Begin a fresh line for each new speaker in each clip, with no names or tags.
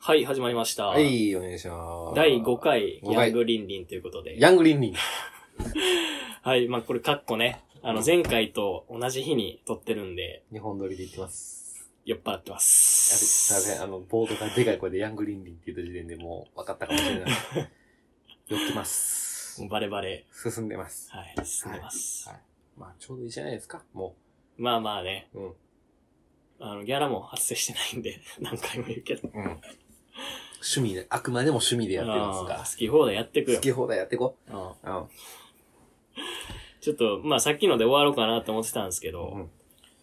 はい、始まりました。
はい、お願いします。
第5。回、
五
ヤ
回
ングリンリンということで。
ヤングリンリン。
はい、まあこれカッコね。あの、前回と同じ日に撮ってるんで、
日本撮りで言ってます。
酔っ払ってま
やべ
す。
すいま せん、あの、ボードがでかい声でヤングリンリンって言った時点でもう分かったかもしれない。酔ってます
も。うバレバレ。
進んでます。
はい、進んでます。
はいまあ、ちょうどいいじゃないですか、も
まあまあね。
う。うん。
あの、ギャラも発生してないんで、 何回も言うけど。
うん。趣味で、あくまでも趣味でやってます
あ
が
ー好き放題やってく。よ
好。き放題やっていこ
うん
う。うん。
ちょっと、まあさっきので終わろうかなと思ってたんですけど、
うん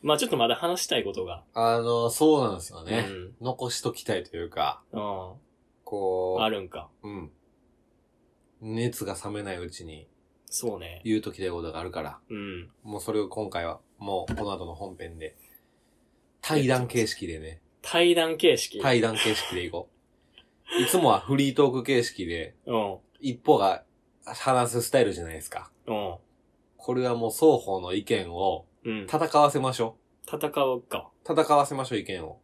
まあちょっとまだ話したいことが。
あの、そうなんですよね。
うん
残しときたいというか、
うん。
こう、
あるんか。
うん。熱が冷めないうちに
そうね。
言うときたいことがあるから。
うん。
もうそれを今回は、もうこの後の本編で、対談形式でね、
対談形式。い。
対談形式でいこう。いつもはフリートーク形式で、
うん。
一方が話すスタイルじゃないですか。
うん。
これはもう双方の意見を
うん。
戦わせましょ
戦おうか。
う。戦わせましょう、意見を。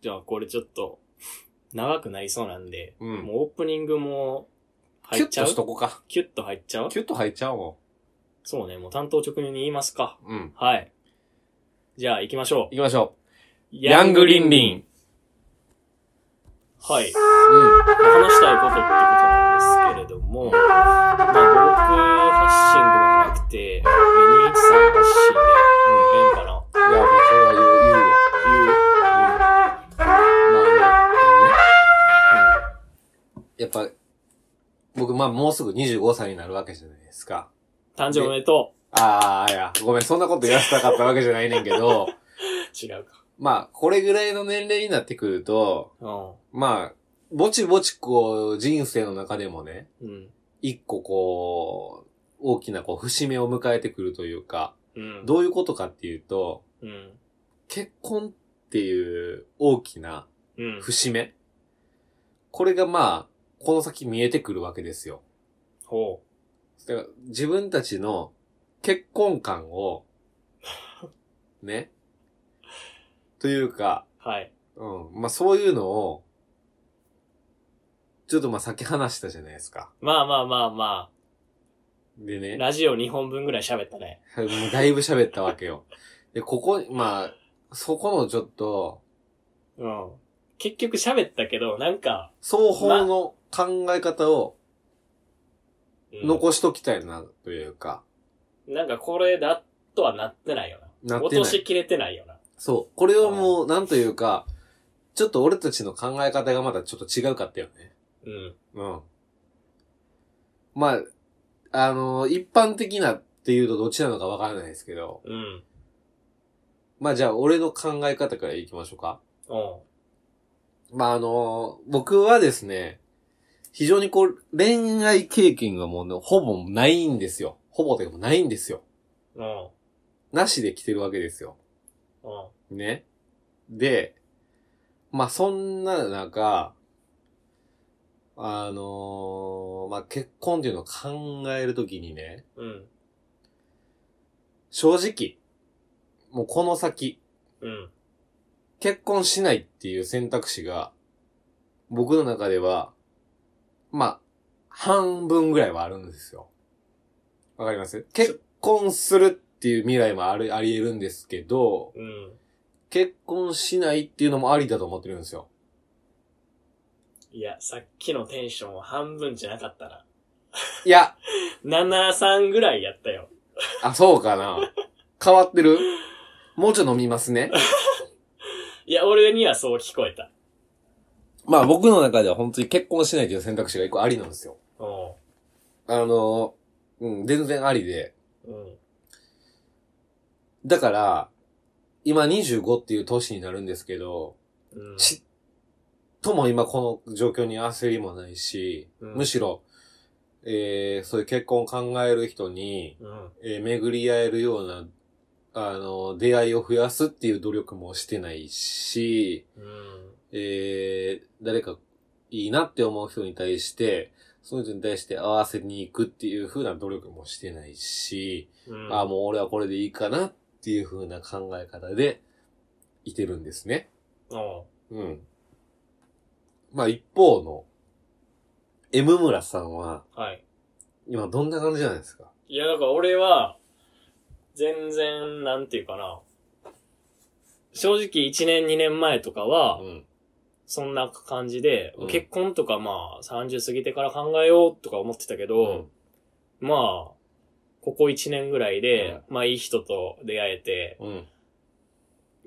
じゃあ、これちょっと、長くなりそうなんで、
うん
もうオープニングも、
キ
入
ュ
っ
ッ
ちゃ
と
う
しとこうか。
キュッと入っちゃう
キュッと入っちゃおうも
そうね、もう担当直入に言いますか。
ん。うん。
はい。じゃあ、行きましょう
行。きましょう。
ヤングリンリン。
ン。
はい。
うん。
話したいことってことなんですけれども、まあ、僕発信ではなくて、213発信で、ええんかない
や、もうそれは言う言うわ。まあね、やっぱ、僕、まあもうすぐ25歳になるわけじゃないですか。
誕生おめでと
ああ、いや、ごめん、そんなこと言わせたかったわけじゃないねんけど、
う。違うか。
まあ、これぐらいの年齢になってくると、
う
まあ、ぼちぼちこう、人生の中でもね、
ん。うん。
一個こう、大きなこう、節目を迎えてくるというか、
うん。
どういうことかっていうと、
うん。
結婚っていう大きな
うん。
節目。これがまあ、この先見えてくるわけですよ。
ほ
だから自分たちの結婚 観を、ね。というか、
う。はい。
うん。まあそういうのを、ちょっとまあさっき話したじゃないですか。
まあまあまあま
で
あ、
ね、
ラジオ2本分ぐらい喋ったね。
もうだいぶ喋ったわ けよ。で、ここ、まあ、そこのちょっと、
うん。結局喋ったけど、なんか、
双方の考え方を
うん
残しときたいな、というか、
なんかこれだとはなってないよな。
なっ
落
て
と
な
し
い。
きれてないよな。
そう。これはもう、なんというか、ちょっと俺たちの考え方がまだちょっと違うかったよね。
うん。
うん。まあ、あの一般的なっていうとどっちなのかわからないですけど、
うん。
まあじゃあ俺の考え方からいきましょうか。
お
まああの僕はですね、非常にこう、恋愛経験がもうね、ほぼないんですよ。ほぼというかもうないんですよ。
うん。お
なしで来てるわけですよ。
うん。
ね。で、まあそんな中、あのまあ結婚っていうのを考えるときにね、
うん。
正直、もうこの先、
うん。
結婚しないっていう選択肢が、僕の中では、まあ、半分ぐらいはあるんですよ。わかります結婚するっていう未来もある、あり得るんですけど、
うん。
結婚しないっていうのもありだと思ってるんですよ。
いや、さっきのテンションは半分じゃなかったな。
いや、
7、3ぐらいやったよ。
あ、そうかな。変わってるもうちょい飲みますね。
いや、俺にはそう聞こえた。
まあ僕の中では本当に結婚しないっていう選択肢が一個ありなんですよ。
お
あの、うん、全然ありで。
うん。うん。
だから、今25っていう年になるんですけど、
うん。
ちっとも今この状況に焦りもないし、
うん
むしろ、えー、そういう結婚を考える人に、
うん。
えー巡り合えるような、あの、出会いを増やすっていう努力もしてないし、
うん。
えー、誰かいいなって思う人に対して、その人に対して合わせに行くっていう風な努力もしてないし、
うん。
ああ、もう俺はこれでいいかなっていう風な考え方でいてるんですね。
お
うん。まあ一方の、M 村さんは、
はい。
今どんな感じなんですか
いや、だから俺は、全然、なんていうかな。正直1年2年前とかは、
ん。
そんな感じで、
うん
結婚とかまあ30過ぎてから考えようとか思ってたけど、まあ、ここ1年ぐらいで、まあいい人と出会えて、
うん。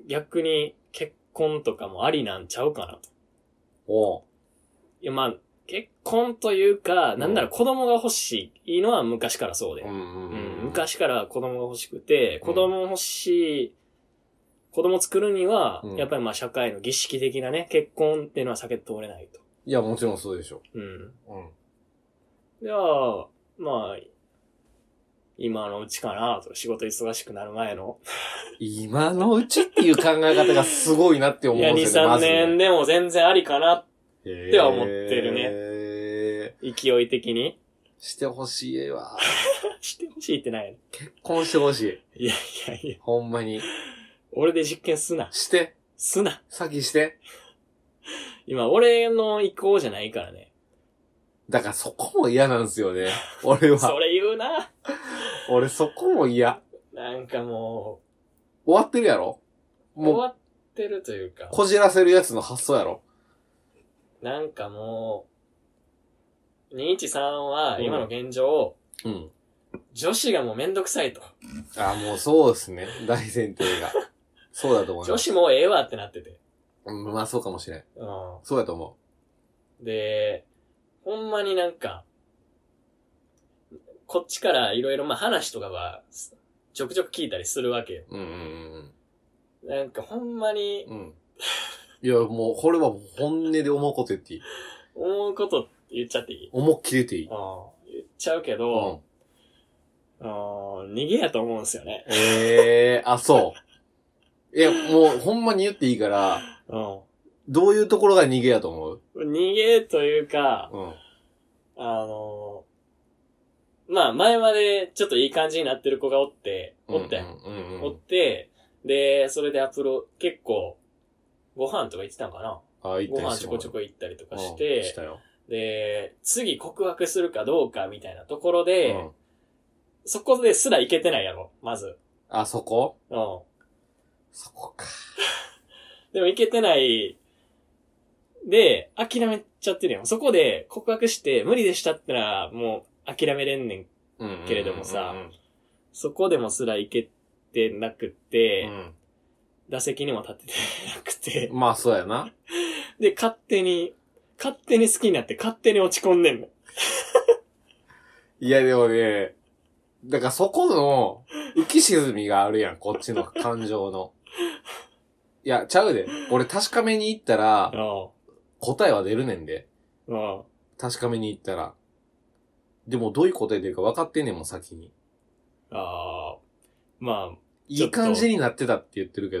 逆に結婚とかもありなんちゃうかなと。
おう
いやまあ、結婚というか、
ん
なんなら子供が欲しいのは昔からそうで。
うんうん
う
うんん。
昔から子供が欲しくて、
うん
子供欲しい、子供作るには
う、ん
やっぱりまあ社会の儀式的なね、結婚っていうのは避けて通れないと。
いや、もちろんそうでしょ。
うん。
うん。
では、まあ、今のうちかなと、仕事忙しくなる前の。
今のうちっていう考え方がすごいなって思
い
うん
や、2、
ですよね、ま
3
ず
年
ね。
でも全然ありかな、
で
では思ってるね
ね。
勢い的に。
してほしいわ。
してほしいってない
結婚してほしい。
いやいやいや、
ほんまに。
俺で実験すな。
して。
すな。
先して。
今、俺の意向じゃないからね。
だからそこも嫌なんですよね。俺
そ
は。
れ言うな。
俺そこも嫌。
なんかも
終わってるやろ
う、終
もう、
わってるというか。
こじらせるやつの発想やろ
なんかもう、213は今の現状、
うん。
女子がもうめんどくさいと。
あ、もうそうですね。大前提が。そうだと思い
女
ます。
子もうええわってなってて。
うん、まあそうかもしれん。
う
そうだと思
ん。で、ほんまになんか、こっちからいろいろまあ話とかは、ちょくちょく聞いたりするわけよ。
う。うんうん
なんかほんまに
う ん。うん。いや、もう、これは本音で思うこと言っていい。
思うこと言っちゃっていい
思いっきり言っていい。
うん。言っちゃうけ
う
ど
ん、。
うん、逃げやと思うんですよね。
ええー、あ、そう。いや、もう、ほんまに言っていいから、
うん。
どういうところが逃げやと思う
逃げというか、
うん。
あのーまあ前までちょっといい感じになってる子がおって、おって、
うんうんうんう
おっ
ん。
て、で、それでアプロ、結構、ご飯とか行ってたんかな
あ、言っ
ご
たり
飯
して
ちょ
も
こ
らう
ちょこ行ったりとかし
うん
て
し、たよ。
で、次告白するかどうかみたいなところ
う
で、
ん。
そこですら行けてないやろ、まず。
あ、そこ
うん。
そこか。
でも行けてない、で、諦めちゃってるやん。そこで告白して無理でしたってなら、もう諦めれんねん
うんうんうんうん
けれどもさそこでもすら行けてなく
う
て、
ん。
打席にも立ててなくて、
まあ、そうやな。
で、勝手に、勝手に好きになって勝手に落ち込んでんの。
いや、でもね、だからそこの浮き沈みがあるやん、こっちの感情の。いや、ちゃうで。俺確かめに行ったら、答えは出るねんで。
うん。うん。
確かめに行ったら。でも、どういう答え出るか分かってんねんもん、先に。
ああ。ま
いい感じになってたって言ってるけ
あ、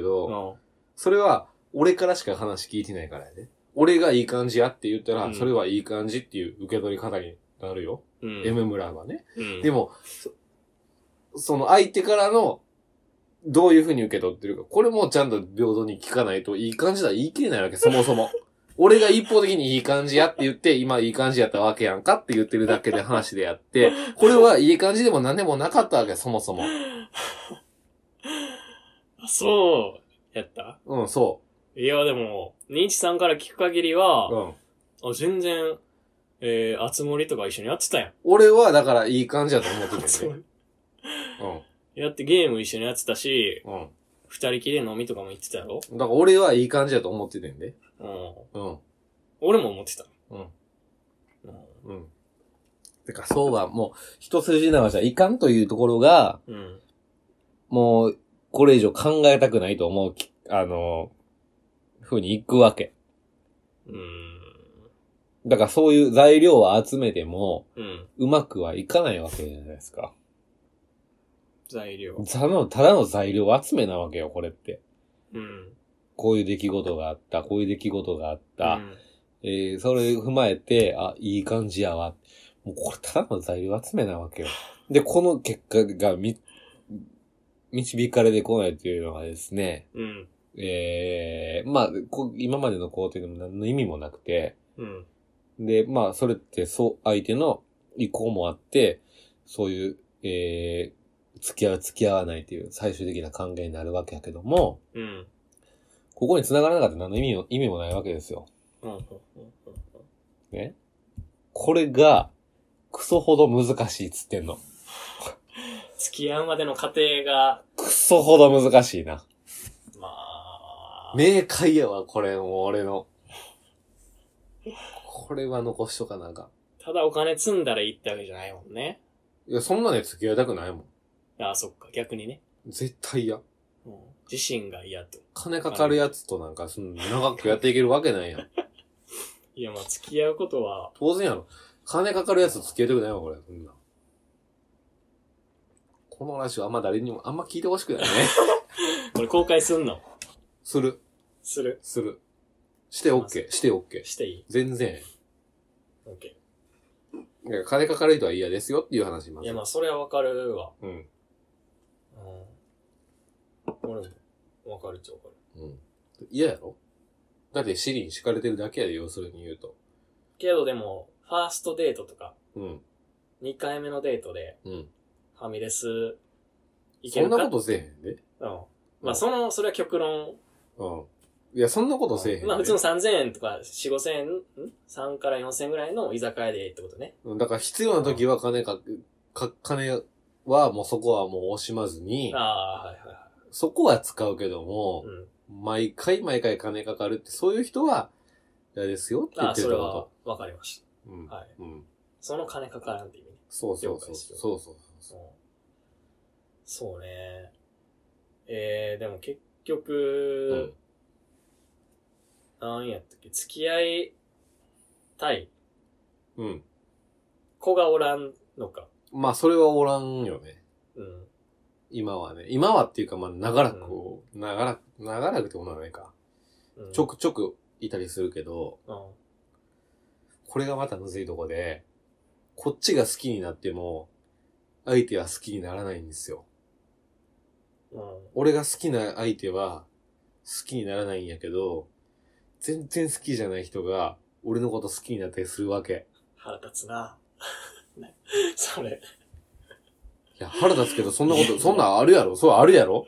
う
ど、
ん。
それは、俺からしか話聞いてないからやで。俺がいい感じやって言ったら、
うん
それはいい感じっていう受け取り方になるよ。
うん。
M 村はね。
うん、
でも、そその相手からの、どういうふうに受け取ってるか。これもちゃんと平等に聞かないといい感じだ。言い切れないわけ、そも そも。俺が一方的にいい感じやって言って、今いい感じやったわけやんかって言ってるだけで話であって、これはいい感じでも何でもなかったわけ、そもそも。
あそう、やった
うん、そ
いや、でも、認知さんから聞く限りは
う。う、ん。
あ全然、えー、あつ森とか一緒にやってたやん。
俺はだからいい感じだと思って
あ
る
つ
よね。
森やってゲーム一緒にやってたし、
うん。うん。
二人きりで飲みとかも行ってたやろ
だから俺はいい感じだと思っててんで。
うん。
うん。
俺も思ってた。
うん。
うん
うん。てか、そうはもう、一筋縄じゃいかんというところが、
うん。
もう、これ以上考えたくないと思うき、あの、ふうに行くわけ。
うん。
だからそういう材料を集めても、
うん。
うまくはいかないわけじゃないですか。
材料。
ただの、ただの材料集めなわけよ、これって。
うん。
こういう出来事があった、こういう出来事があった。
うん
えーそれ踏まえて、あ、いい感じやわ。もうこれただの材料集めなわけよ。で、この結果がみ、導かれてこないというのはですね、
うん。
えー、まあこ今までの工程でも何の意味もなくて、
うん。
で、まあ、それって、そう、相手の意向もあって、そういう、えー、付き合う、付き合わないという最終的な関係になるわけやけども、
うん。
ここに繋がらなかったら何の意味も、意味もないわけですよ。
うん。
ね。これが、クソほど難しいっつってんの。
付き合うまでの過程が、
クソほど難しいな。
まあ、
明快やわ、これ、もう俺の。これは残しとかなんか
ただお金積んだらいいってわけじゃないもんね。
ん。いや、そんなね、付き合いたくないもん。
ああ、そっか、逆にね。
絶対嫌。
うん、自身が嫌と。
金かかるやつとなんか、その長くやっていけるわけない やん。
いや、まあ、付き合うことは、
当然やろ。金かかるやつ付き合いたくないわ、これ。そんな。この話はあんま誰にも、あんま聞いてほ しくないね。
これ公開すんの
する、
する
する。して OK、して OK。
していい
全然。
オッケ
いや金かかる人は嫌ですよっていう話しま
ー
す。
いや、まあ、それはわかるわ。
うん。
うん。俺も、わかるっちゃわかる。
うん。嫌やろだって、シリに敷かれてるだけやで、要するに言うと。
けどでも、ファーストデートとか、
うん。
2回目のデートで、
うん。
ファミレス、行け
そ
る
ん
か
なことせえへんで。
とうん。まあ、その、それは極論。
うん。いや、そんなことせえへんで。
まあ、普通の3000円とか、4、5000円、ん ?3 から4000円ぐらいの居酒屋でってことね。
うんだから、必要な時は金か、か、金はもうそこはもう惜しまずに、
ああ、はいはいは
そこは使うけども
い。う、ん。
毎回毎回金かかるって、そういう人は、嫌ですよって言
あ
っ
あ、
て
そ
るって
れ
こ
は、わかりまし
と。うん
た。。はい。
うん。
その金かからんって意味ね。
そうそう
了
そう。
解し
そ
よ
う
う
そうそう。
そう。そうね。えー、でも結局、なんやったっけ、付き合いたい
うん。
子がおらんのか。
まあ、それはおらんよね。
うん。
今はね。今はっていうか、まあ、長らく、長らく、長らくってことはないか。
うん、
ちょくちょくいたりするけど、
うん。
これがまたむずいとこで、こっちが好きになっても、相手は好きにならないんですよ。
うん。
俺が好きな相手は、好きにならないんやけど、全然好きじゃない人が、俺のこと好きになったりするわけ。
腹立つな。 ねそれ。
いや、腹立つけど、そんなこと、そんなんあるやろそうあるやろ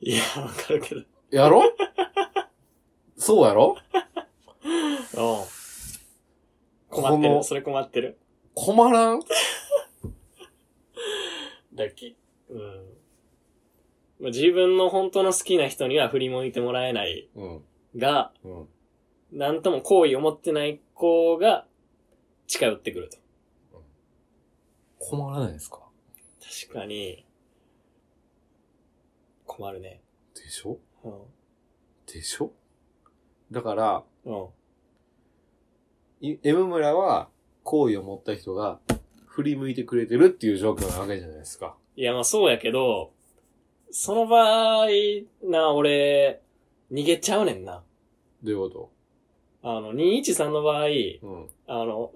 いや、わかるけど。うん。
やろそうやろ
困って
こ
る。
の
それ困ってる。
困らん
だっけ。うん。まあ自分の本当の好きな人には振り向いてもらえない
うん。
が、
うん。
なんとも好意を持ってない子が近寄ってくると。
困らないですか
確かに、困るね。
でしょ
うん。
でしょだから、
うん。
い M 村は、好意を持った人が、振り向いてくれてるっていう状況なわけじゃないですか。
いや、まあそうやけど、その場合、な、俺、逃げちゃうねんな。
どういうこ
あの、213の場合、
とうん。
あの、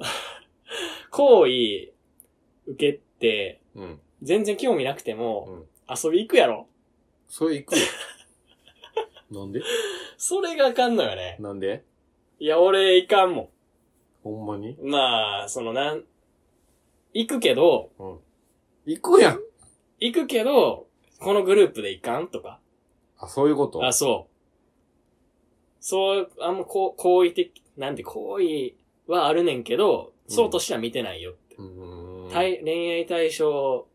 行為受けて、
うん。
全然興味なくて
う
も、
ん。
遊び行くやろ。
それ行くよ。 なんで
それがあかんのよね。
なんで
いや、俺、いかんも
ほんまに
ん。まあ、その、なん、行くけど、
行くやん
行くけど、このグループで行かんとか。
あ、そういうこと
あ、そう。そう、あんまこう、好意的、なんで好意はあるねんけど、そうとしては見てないよって。
うーん。
対恋愛対象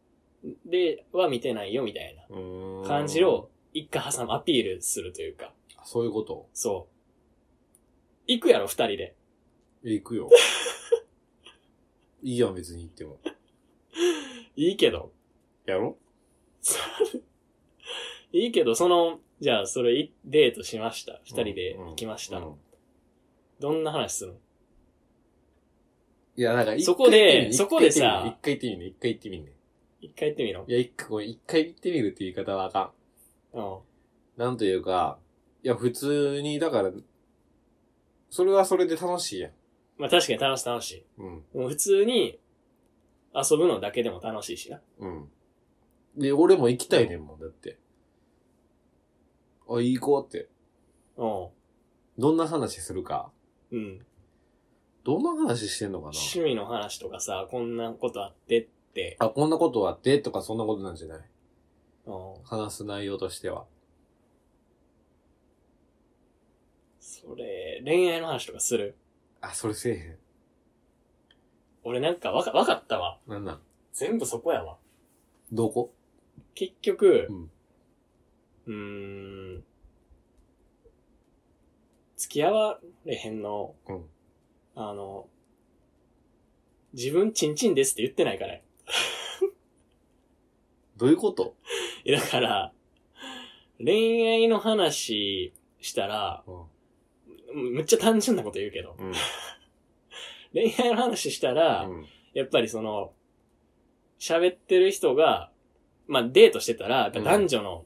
では見てないよみたいな
うーん
感じを。一回挟む、アピールするというか、
あそういうこと
そう。行くやろ、二人で。
行くよ。いいやん、別に行っても。
いいけど。
やろ
いいけど、その、じゃあ、それ、いデートしました。二人で行きました。
うんうん
どんな話するの
いや、なんか、
そこで
一
そこ
回
で
行ってみる
さ
一回行ってみるね。一回行ってみるね。
一回行ってみろ
い。や、一回、ごめん一回行ってみるって言い方はあかん。
うん。
なんというか、いや、普通に、だから、それはそれで楽しいやん。
まあ確かに楽しい楽しい。
うん。
もう普通に遊ぶのだけでも楽しいしな。
うん。で、俺も行きたいねんもん、だって。あ、行こうって。
う
どんな話するか。
ん。うん。
どんな話してんのかな
趣味の話とかさ、こんなことあってって、
あ、こんなことあってとかそんなことなんじゃない
うん、
話す内容としては。
それ、恋愛の話とかする
あ、それせえへ
俺なんかわか、わかったわ。
ん。なんなん
全部そこやわ。
どこ
結局、
うん
うーん、付き合われへんの、
うん
あの、自分チンチンですって言ってないからよ。
どういうこと
いやだから、恋愛の話したら、
うん。
むむっちゃ単純なこと言うけど、
うん。
恋愛の話したら、
うん
やっぱりその、喋ってる人が、まあデートしてたら、やっぱ男女の、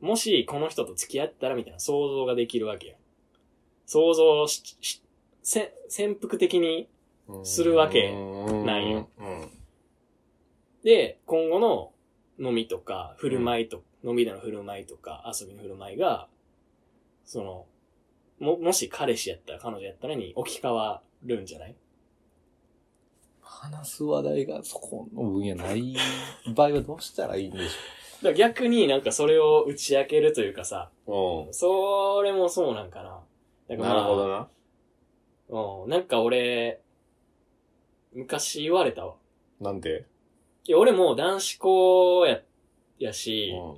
もしこの人と付き合ったらみたいな想像ができるわけよ。想像し、し、せ、潜伏的に、するわけないよ。
うん。
で、今後の飲みとか、振る舞いと、飲みでの振る舞いとか、遊びの振る舞いが、その、も、もし彼氏やったら、彼女やったらに置き換わるんじゃない
話す話題がそこの分野ない場合はどうしたらいいんでし
だから逆になんかそれを打ち明けるというかさ、
ょ
それもそうなんかな。だ
う
からまあ
な。
うん。なんか俺、昔言われたわ。
なんで
いや、俺も男子校や、や
う
し、
ん。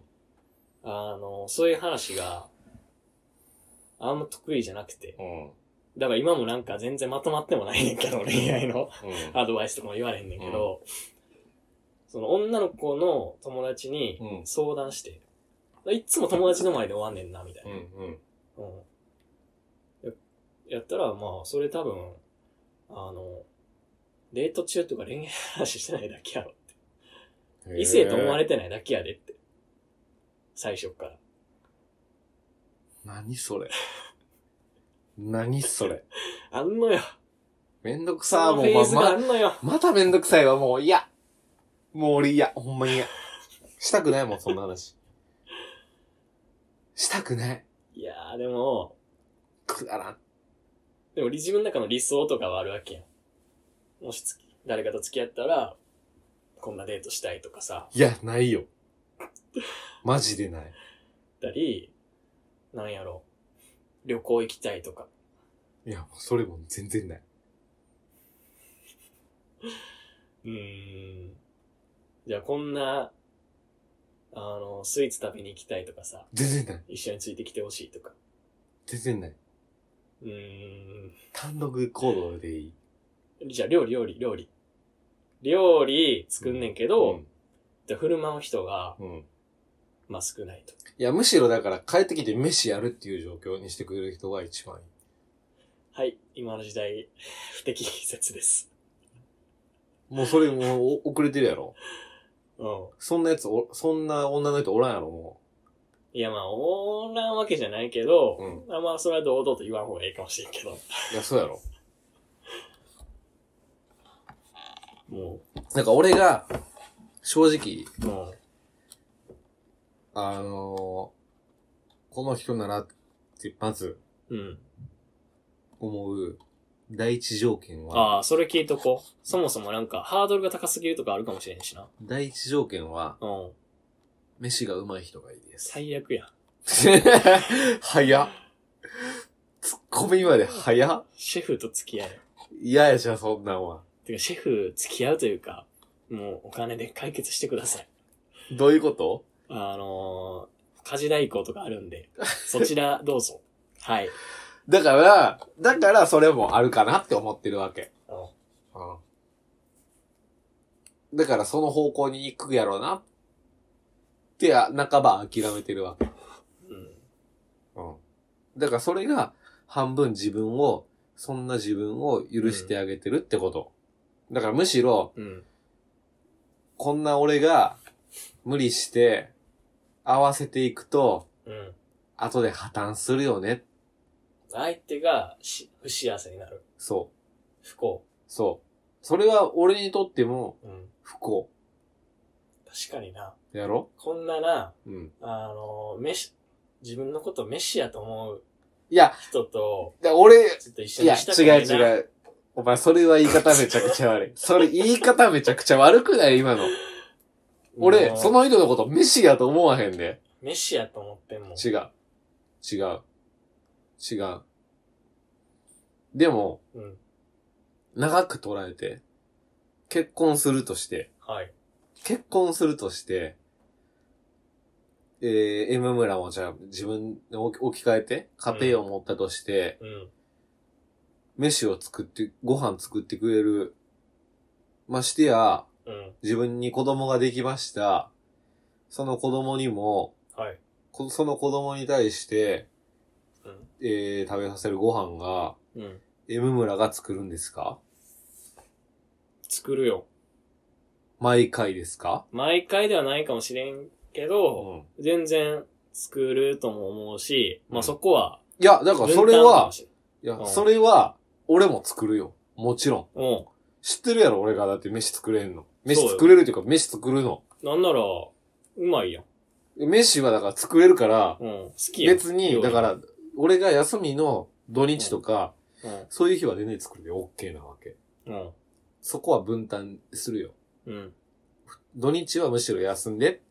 あの、そういう話が、あんま得意じゃなくて。
うん。
だから今もなんか全然まとまってもないねんけ ど、恋愛の
う
アドバイスとかも言われへんねんけど、その女の子の友達に
ん。うん。
相談して、いっつも友達の前で終わんねんな、みたいな。
うん。
うん。ややったら、まあ、それ多分、あの、デート中とか恋愛の話してないだけやろって。
うん。
異性と思われ
て。
てないだけやでって。最初っから。
何それ。何それ。
あんのよ。
めんどく
そ
さ
の
も
フェー
う
ズ
ま
があ、んのよ。
まためんどくさいわ、もう嫌。もう俺嫌。ほんまに嫌。したくないもん、そんな話。したくない。
いやー、でも、
くだらん。
でも自分の中の理想とかはあるわけやん。もしつき誰かと付き合ったら、こんなデートしたいとかさ、
いや、ないよ。マジでない。
だったり、なんやろ、旅行行きたいとか。
いや、もうそれも全然ない。
うーん。じゃあこんな、あの、スイーツ食べに行きたいとかさ、
全然ない。
一緒についてきてほしいとか。
全然ない。
うーん。
単独行動でいい。
じゃあ料理料理料理。料理作んねんけど、
うん
じゃあ振る舞う人が、
うん。
まあ、少ないと。
いや、むしろだから帰ってきて飯やるっていう状況にしてくれる人が一番いい。
はい、今の時代、 不適切です。
もうそれもうお遅れてるやろ。
うん。
そんなやつお、そんな女の人おらんやろ、も
いや、まあ、おらんわけじゃないけど、
う
まあまあ、それは堂々と言わん方がいいかもしれんけど。
う。いや、そうやろ。
も
なんか俺が、正直、
う、も
あのーこの人ならって、まず
う、うん。
思う第一条件は、
ああ、それ聞いとこう。そもそもなんか、ハードルが高すぎるとかあるかもしれんしな。
第一条件は、
うん。
飯が上手い人がいい です。
最悪やん。
早っ。ツッコミまで早っ。
シェフと付き合え。
嫌やじゃん、そんなんは。
てか、シェフ付き合うというか、もうお金で解決してください。
どういうこと
あのー、家事代行とかあるんで、そちらどう ぞ。はい。
だから、だからそれもあるかなって思ってるわけ。うん。だからその方向に行くやろうな。って、あ半ば諦めてるわけ。
うん。
うん。だからそれが半分自分を、そんな自分を許してあげてるってこと。だからむしろ、
うん。
こんな俺が無理して合わせていくと、
うん。
後で破綻するよね。
相手がし不幸せになる。
そ
不幸。
う。そう。それは俺にとっても
うん。
不幸。
確かにな。
やろ
こんなな、
うん。
あのー、飯、自分のこと飯やと思う
いや、
人と、
だ俺、
ちょっと一緒
いや、
にしたくないな。
違う違う。お前、それは言い方めちゃくちゃ 悪い。それ言い方めちゃくちゃ悪くない今の。俺、そ
の、
の人のこと飯やと思わへんで。
飯やと思ってんもん。
違う。違う。違う。でも、
うん。
長く捉えて、結婚するとして、
はい。
結婚するとして、えー、M 村もじゃあ自分で置き置き換えて、家庭を持ったとして、
うん。
飯を作って、ご飯作ってくれる。ましてや、
うん。
自分に子供ができました。その子供にも、
はい。
こその子供に対して、
うん。
えー、食べさせるご飯が、
うん。
M 村が作るんですか
作るよ。
毎回ですか
毎回ではないかもしれんけ
う
ど、
ん。
全然作るとも思うし、ま
う
あ
ん
そこは、
いや、だからそれ
分担か
は
も、し
いや
う、ん
それは、俺も作るよ。もちろん。
れんうん。
知ってるやろ、俺がだって飯作れんの。
そう
飯
よ
作れるっていうか、飯作るの。
なんなら、うまいやん。
飯はだから作れるから、
うん。好きやん。
別に、だから、俺が休みの土日とか、
うん。
そういう日は全然作るで OK なわけ。
うん。
そこは分担するよ。
うん。
土日はむしろ休んで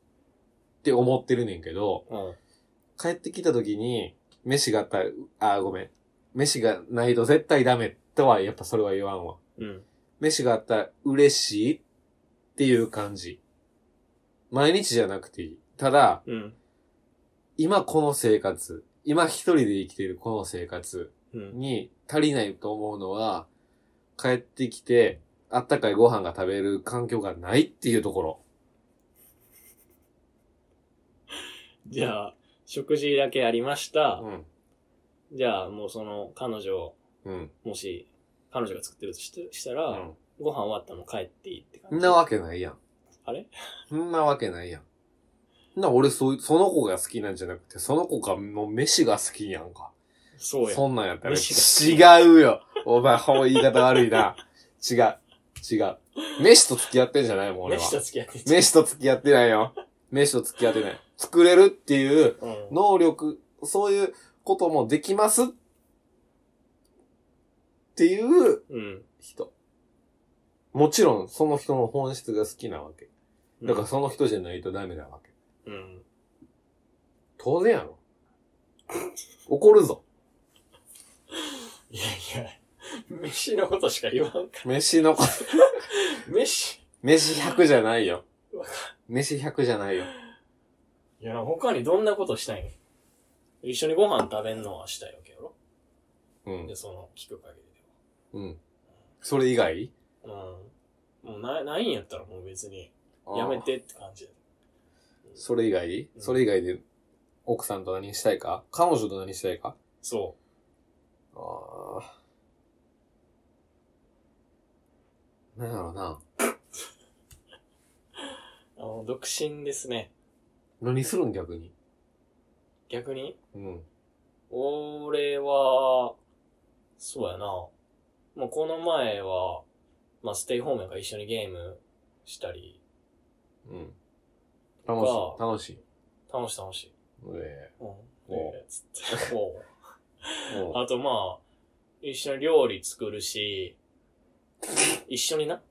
って思ってるねんけど、
うん。
帰ってきた時に、飯があったら、あー、ごめん。飯がないと絶対ダメとは、やっぱそれは言わんわ。
うん。
飯があったら嬉しいっていう感じ。毎日じゃなくていい。ただ、
うん。
今この生活、今一人で生きてるこの生活
うん。
に足りないと思うのは、帰ってきて、あったかいご飯が食べる環境がないっていうところ。
じゃあ、食事だけありました。
うん。
じゃあ、もうその、彼女、
うん。
もし、彼女が作ってるとしてしたら、
うん。
ご飯終わったらもう帰っていいって
そ
感
ん
じ。
なわけないやん。
あれ
そんなわけないやん。な、俺、そういう、その子が好きなんじゃなくて、その子が、の飯が好きやんか。
そうや。
そんなんやったら、
飯
違うよ。お前、ほんま言い方悪いな。違う。違う。飯と付き合ってんじゃないもん、俺は
飯。と付き合ってんじゃん
飯と付き合ってないよ。飯と付き合ってない。作れるっていう
うん。
能力、そういうこともできます。っていう
うん。
人。もちろん、その人の本質が好きなわけ。だからその人じゃないとダメなわけ。
うん。
当然やろ。怒るぞ。
いやいや、飯のことしか言わんか
飯のこ、
ら。飯
飯100じゃないよ。飯100じゃないよ。
いや、他にどんなことしたいの一緒にご飯食べんのはしたいわけやろ
うん
で、。その、聞く限り
うん。それ以外
では。うん。もうない、ないんやったらもう別に、やめ。てって感じや
あーそれ以外
うん
それ以外で、奥さんと何したいか彼女と何したいか
そ
ああ。なんやろな。
う。あの、独身ですね。
何するん逆に。
逆に
うん。
俺は、そうやな。もうこの前は、まあ、ステイホームやから一緒にゲームしたり、
うん。楽しい。楽しい。
楽しい楽しい。
え
うん。
おう
でつって。おう
えもう
あとまあ、一緒に料理作るし、一緒 にな。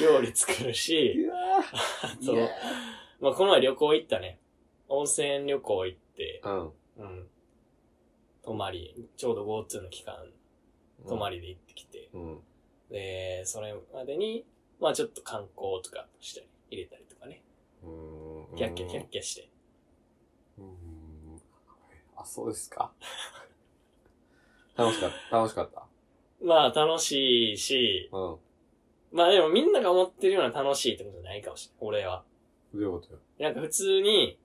料理作るし、あ と、まあこの前旅行行ったね。温泉旅行行って、
うん。
うん。泊まり、ちょうど GoTo の期間、泊ま
り。
りで行ってきて、
うん。
で、それまでに、まあちょっと観光とかしたり、入れたりとかね。
うん
キャッキャキャッキャして。
うんあ、そうですか。 楽しかった。楽しかった。
まあ楽しいし、
うん。ど
まあでもみんなが思ってるような楽しいってことじゃないかもしれない。俺は。
ういうことよ。
なんか普通に、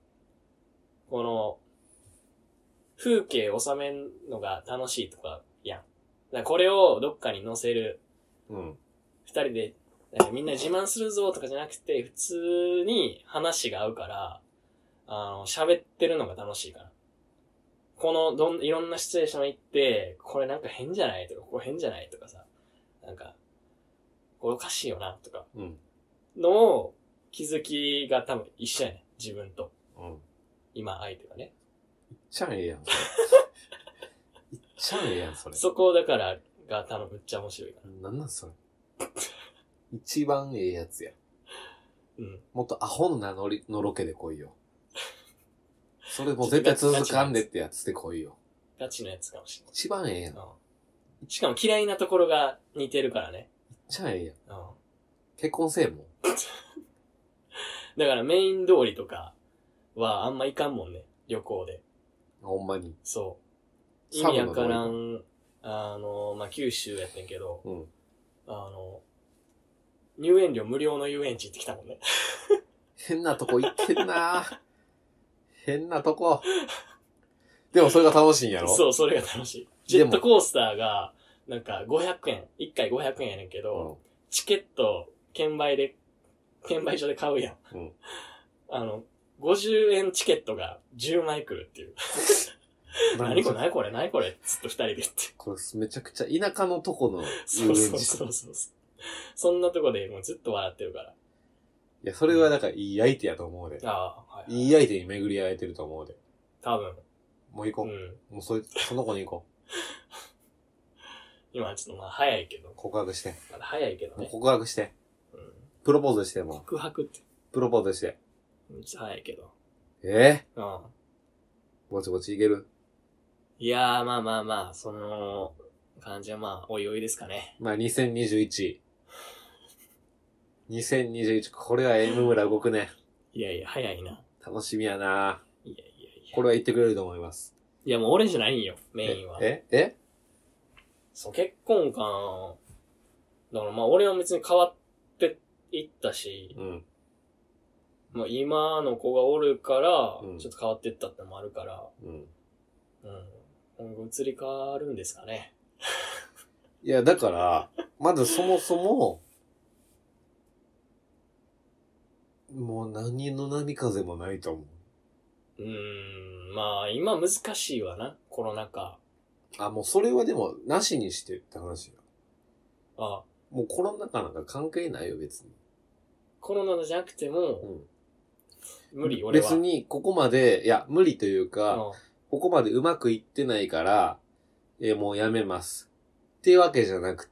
この、風景収めんのが楽しいとか、やん。だからこれをどっかに載せる、
うん。
二人で、なんかみんな自慢するぞとかじゃなくて、普通に話が合うから、あの、喋ってるのが楽しいから。この、どん、いろんなシチュエーション行って、これなんか変じゃないとか、ここ変じゃないとかさ、なんか、これおかしいよな、とか、
うん。
の気づきが多分一緒やねん。自分と。
うん。
今、相手がね。
ちゃんええやん。いっちゃうやん、それ。
そこだからが多分むっちゃ面白いか
なんなんそれ。 一番ええやつや。
ら。うん。
もっとアホなのり、のろけで 来いよ。それもう絶対続かんでってやつで来いよ。
ガチのやつかもし
一番ええや
れ
ん。
ない
めっ。
うん。しかも嫌いなところが似てるからね。
ちゃええやん。
うん。
結婚せえもん。
だからメイン通りとかはあんまいかんもんね。旅行で。
ほんまに。
そう。意
サブ
味
の
わからん、あの、まあ、九州やってんけど、
うん。
あの、入園料無料の遊園地行ってきたもんね。
変なとこ行ってんな 変なとこ。でもそれが楽しいんやろ
そう、それが楽しい。ジ
で
ェ
も
ットコースターが、なんか500円、1回500円やねんけど、チケット、券売で、券売所で買うやん。
うん
あの、50円チケットが10枚来るっていう。
うん。
何これ
れ
何これ何これずっと二人で言って。
これめちゃくちゃ田舎のとこの遊園地。
そうそうそうそう。そんなとこでもうずっと笑ってるから。
いや、それはなんかいい相手やと思うで。
ああ、はい。
いい相手に巡り合えてると思うで。
多分。
もう行こ
う
う。
ん。
もうそいその子に行こう。
今ちょっとまあ早いけど、
告白して。
まだ早いけど
もう
ね。
告白して。
うん、
プロポーズして、も
告白って、
う。プロポーズして。
うんちょっと早いけど。
ええ
うん。
ぼちぼちいける
いやー、まあまあまあ、その感じはまあ、おいおいですかね。
まあ、2021。2021、これは M 村動くね。
いやいや、早いな。
楽しみやない
やいやいや。
これは言ってくれると思います。
いや、もう俺じゃないんよ、メインは。
ええ
そう、結婚観。だからまあ、俺は別に変わっていったし
え、うん。
まあ、今の子がおるから、
うん
ちょっと変わっていったってのもあるから、
うん。
うん。今後移り変わるんですかね。
いや、だから、まずそもそも、もう何の波風もないと思う。
うーん、まあ、今難しいわな、コロナ禍。
あ、もうそれはでも、なしにしてって話よ。
あ、
もうコロナ禍なんか関係ないよ、別に。
コロナじゃなくて
う
も、
ん。
無理、俺は。
別に、ここまで、いや、無理という
う
か、
ん、
ここまでうまくいってないから、えーもうやめます。っていうわけじゃなく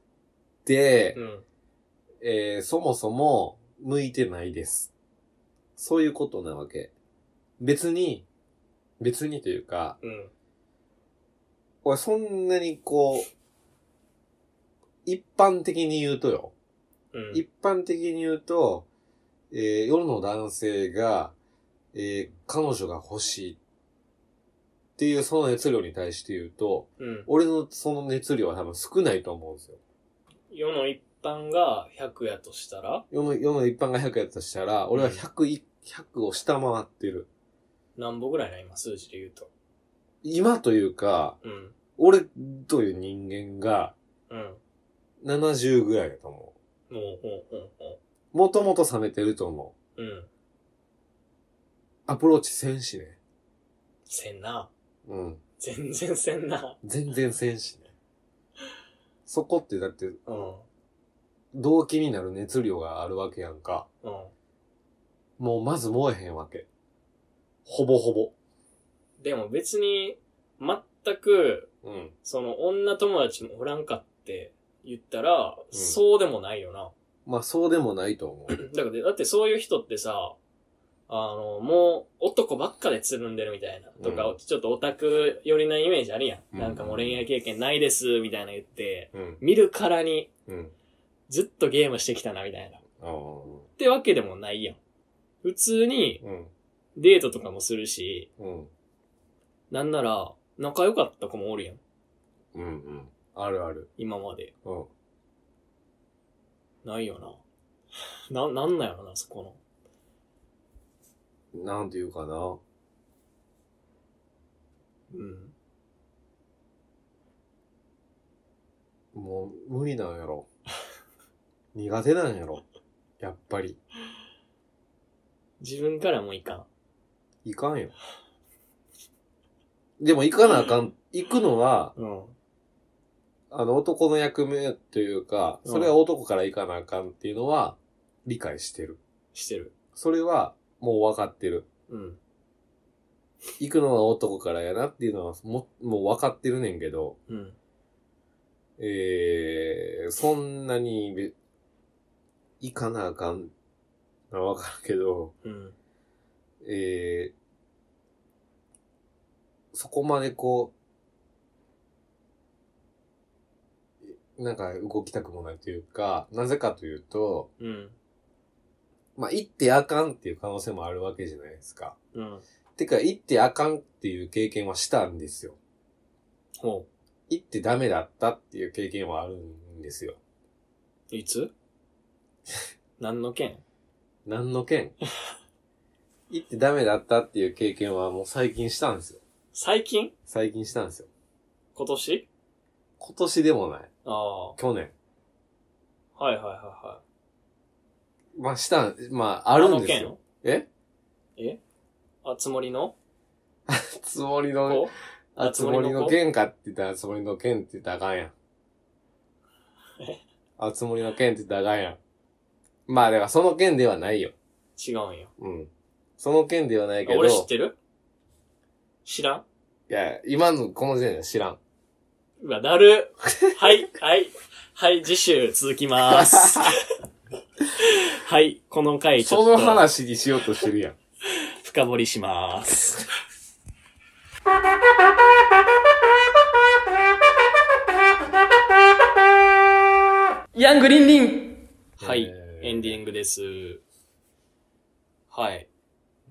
て、
うん。
えーそもそも向いてないです。そういうことなわけ。別に、別にというか、
うん。
俺そんなにこう、一般的に言うとよ。
うん。
一般的に言うと、えー世の男性が、えー彼女が欲しいっていうその熱量に対して言うと、
うん。
俺のその熱量は多分少ないと思うんですよ。
世の一般が100やとしたら、
世の世の一般が100やったとしたら、俺は100い、100を下回ってる。
何歩ぐらいな、今、数字で言うと。
今というか、
うん。
俺という人間が
うん。
70ぐらいだと思
もう、ほうほうほ
う。もともと冷めてると思う。
う。うん。
アプローチせんしね。
せんな。
うん。
全然せんな。
全然せんしね。そこってだって、
うん。
動機になる熱量があるわけやんか。
うん。
もうまず燃えへんわけ。ほぼほぼ。
でも別に、全く、
うん。
その、女友達もおらんかって言ったら、
ん
そうでもないよな。
まあそうでもないと思う。
だから、だってそういう人ってさ、あの、もう男ばっかでつるんでるみたいな、とか、
う
ちょっとオタク寄りなイメージあるやん。
うん
なんかもう恋愛経験ないです、みたいな言って、
うん。
見るからに
うん。
ずっとゲームしてきたな、みたいな。っ
ああ。
てわけでもないやん。普通に
うん。
デートとかもするし、
うん。
なんなら仲良かった子もおるやん。
うんうん。あるある。
今まで。
うん。
ないよな。な、なんなんやろな、そこの。
なんていうかな。
うん。
もう、無理なんや ろ。苦手なんやろ。やっぱり。
自分からもいかん。
いかんよ。でも行かなあかん。行くのは、
うん。
あの、男の役目というか、それは男から行かなあかんっていうのは、理解してる。
してる。
それは、もう分かってる。
うん。
行くのは男からやなっていうのはも、もう分かってるねんけど、
うん。
えー、そんなにべ、行かなあかん、のは分かるけど、
うん。
えー、そこまでこう、なんか動きたくもないというか、なぜかというと、
うん。
まあ、行ってあかんっていう可能性もあるわけじゃないですか。
うん。
てか、行ってあかんっていう経験はしたんですよ。
ほ
行ってダメだったっていう経験はあるんですよ。
う。いつ 何の件
何 の件行ってダメだったっていう経験はもう最近したんですよ。
最近
最近したんですよ。
今年
今年でもない。
ああ。は
去年。
いはいはいは
まあ、したん、まあ、
い。
あるんですよ。え
あの件。あ、つもりの
つもりの、
子
あ、つもりの
子
剣かって言ったら、あつもりの剣って言ったらあかんや ん
え。
あつもりの剣って言ったらあかんやん。まあ、だからその剣ではないよ。
違うんよ。
うん。その件ではないけど、
俺知ってる知らん
いや、今のこの時点では知らん。
うわ、だる。はい、はい。はい、次週続き ます。はい、この回ちょ
そ
っと。
の話にしようとしてるやん。
深掘りします。ヤングリンリンはい、
えー
エンディングです。はい。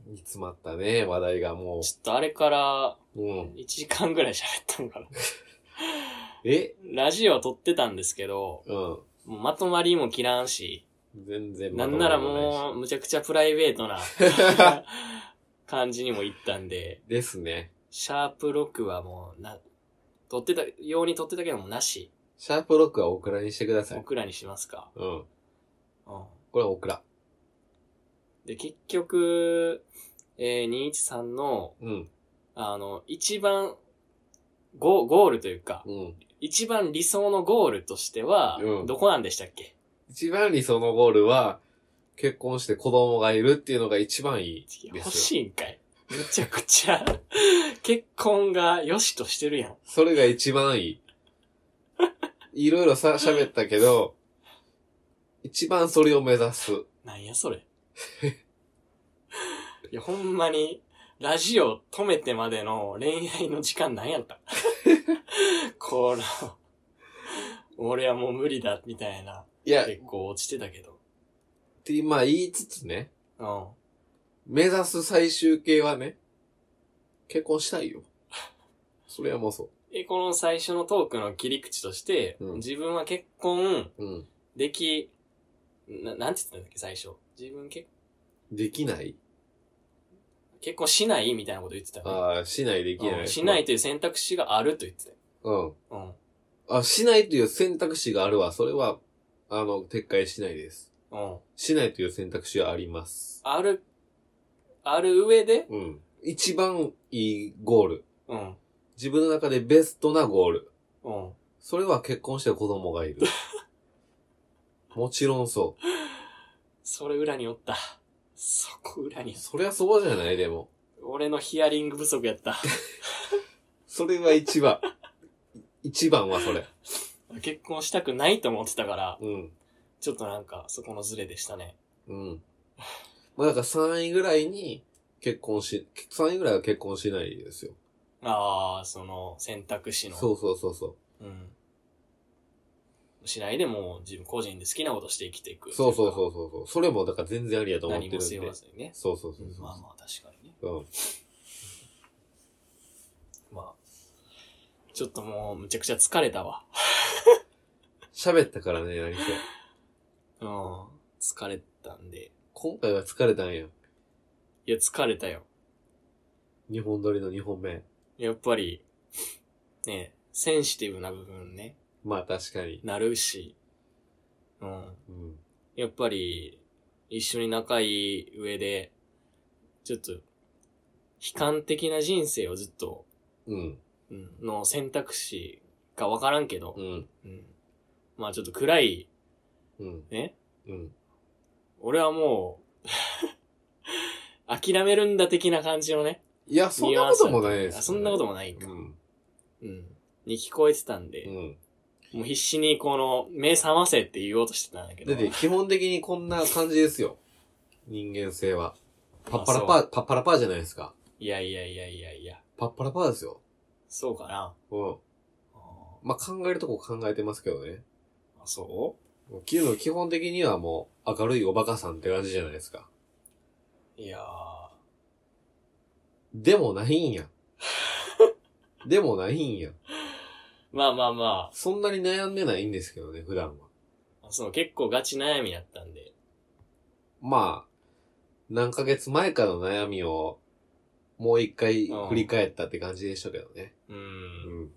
煮詰まったね、話題がも
ちょっとあれから
う。うん。
1時間ぐらい喋ったのかな。
え
ラジオ撮ってたんですけど、
うん。
もうまとまりも切らんし、
全然
な
ま
ん
と
な
ま
ら
りいし
もうむちゃくちゃプライベート な感じにも行ったんで、
ですね。
シャープ6はもうな、撮ってた、ように撮ってたけどもなし。
シャープロックはオクラにしてください。
僕らにしますか。
うん。
うん。
これはオクラ。
で、結局、えー、213の、
うん。
あの、一番、ゴゴールというか、
うん。
一番理想のゴールとしては、
うん
どこなんでしたっけ
一番理想のゴールは、結婚して子供がいるっていうのが一番いいで
欲
すよ。
しいんかい。めちゃくちゃ、 結婚が良しとしてるやん。
それが一 番いい。いろいろさ、喋ったけど、一番それを目指す。
なんや それ。いや、ほんまに、ラジオ止めてまでの恋愛の時間なんやった こら、俺はもう無理だ、みたいな。
いや、
結構落ちてたけど。
って、まあ言いつつね、
うん。
目指す最終形はね、結婚したいよ。それはもうそ
え、この最初のトークの切り口として、
うん
自分は結婚
う。うん。
でき、ななんて言ってたんだっけ、最初。自分結
できない
結婚しないみたいなこと言ってたよね、
ああ、しないできな
う
い。
んしない。という選択肢があると言ってたよ。
うん。
うん。
あ、しないという選択肢があるわ。それは、あの、撤回しないです。
うん。
しないという選択肢はあります。
ある、ある上で、
うん。一番いいゴール。
うん。
自分の中でベストなゴール。
うん。
それは結婚して子供がいる。もちろんそ
それ裏におった。そこ裏に
う。。そりゃそうじゃない、でも。
俺のヒアリング不足やった。
それは一番。一番はそれ。
結婚したくないと思ってたから、
うん。
ちょっとなんか、そこのズレでしたね。
うん。まあだから3位ぐらいに結婚し、3位ぐらいは結婚しないですよ。
ああ、その、選択肢の。
そうそうそうそう。
うん。しないでもう自分個人で好きなことして生きていく。
そうそうそうそうそう。それもだから全然ありやと思って
何
る
も
ん
背
で
負。わずにね。
そうそうそううん
まあ
そ
まあ確かにね。
う。うん。
まあ。ちょっともうむちゃくちゃ疲れたわ。
喋ったからね、何せ。
うん。疲れたんで。
今回は疲れたんや。
いや疲れたよ。
日本撮りの2本目。
やっぱり、 ね、センシティブな部分ね、
まあ確かに。
なるし。うん。
うん。
やっぱり、一緒に仲いい上で、ちょっと、悲観的な人生をずっと
うん。
うんの選択肢かわからんけど
う、ん。
うんまあちょっと暗い、
うん。
ね。
うん。
俺はもう、諦めるんだ的な感じのね、
いや、そんなこともないです、
あそんなこともないか。
うん。
うん。に聞こえてたん
う
で、
ん。
もう必死にこの、目覚ませって言おうとしてたんだけど。
だって基本的にこんな感じですよ。人間性は。パッパラ
あ
パー、パッパラパーじゃないですか。
いやいやいやいやいや。
パッパラパーですよ。
そうかな。
うん。
あ
まあ、考えるとこ考えてますけどね。
ーあそ
もう基本基本的にはもう明るいおバカさんって感じじゃないですか。
ういやー。
でもない んや。でもないんや。
まあまあま
そんなに悩んでないんですけどね、普段は。
あ、そう、結構ガチ悩みだったんで。
まあ、何ヶ月前かの悩みを、もう一回振り返ったって感じでしたけどね。
う。
うんん。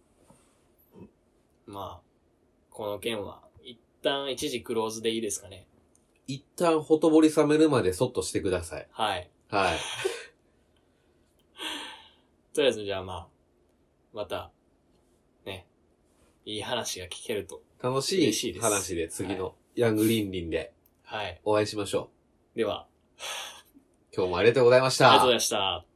まあ、この件は、一旦一時クローズでいいですかね。
一旦ほとぼり冷めるまでそっとしてください。
はい。
はい。
とりあえずじゃあまあ、また、ね、いい話が聞けると。
楽
嬉
し
しい
い
です
話で次
は
のヤングリンリンで
はい。
お会いしましょ
では、
う。今日もありがとうございまし
あり
た。
がとうございました。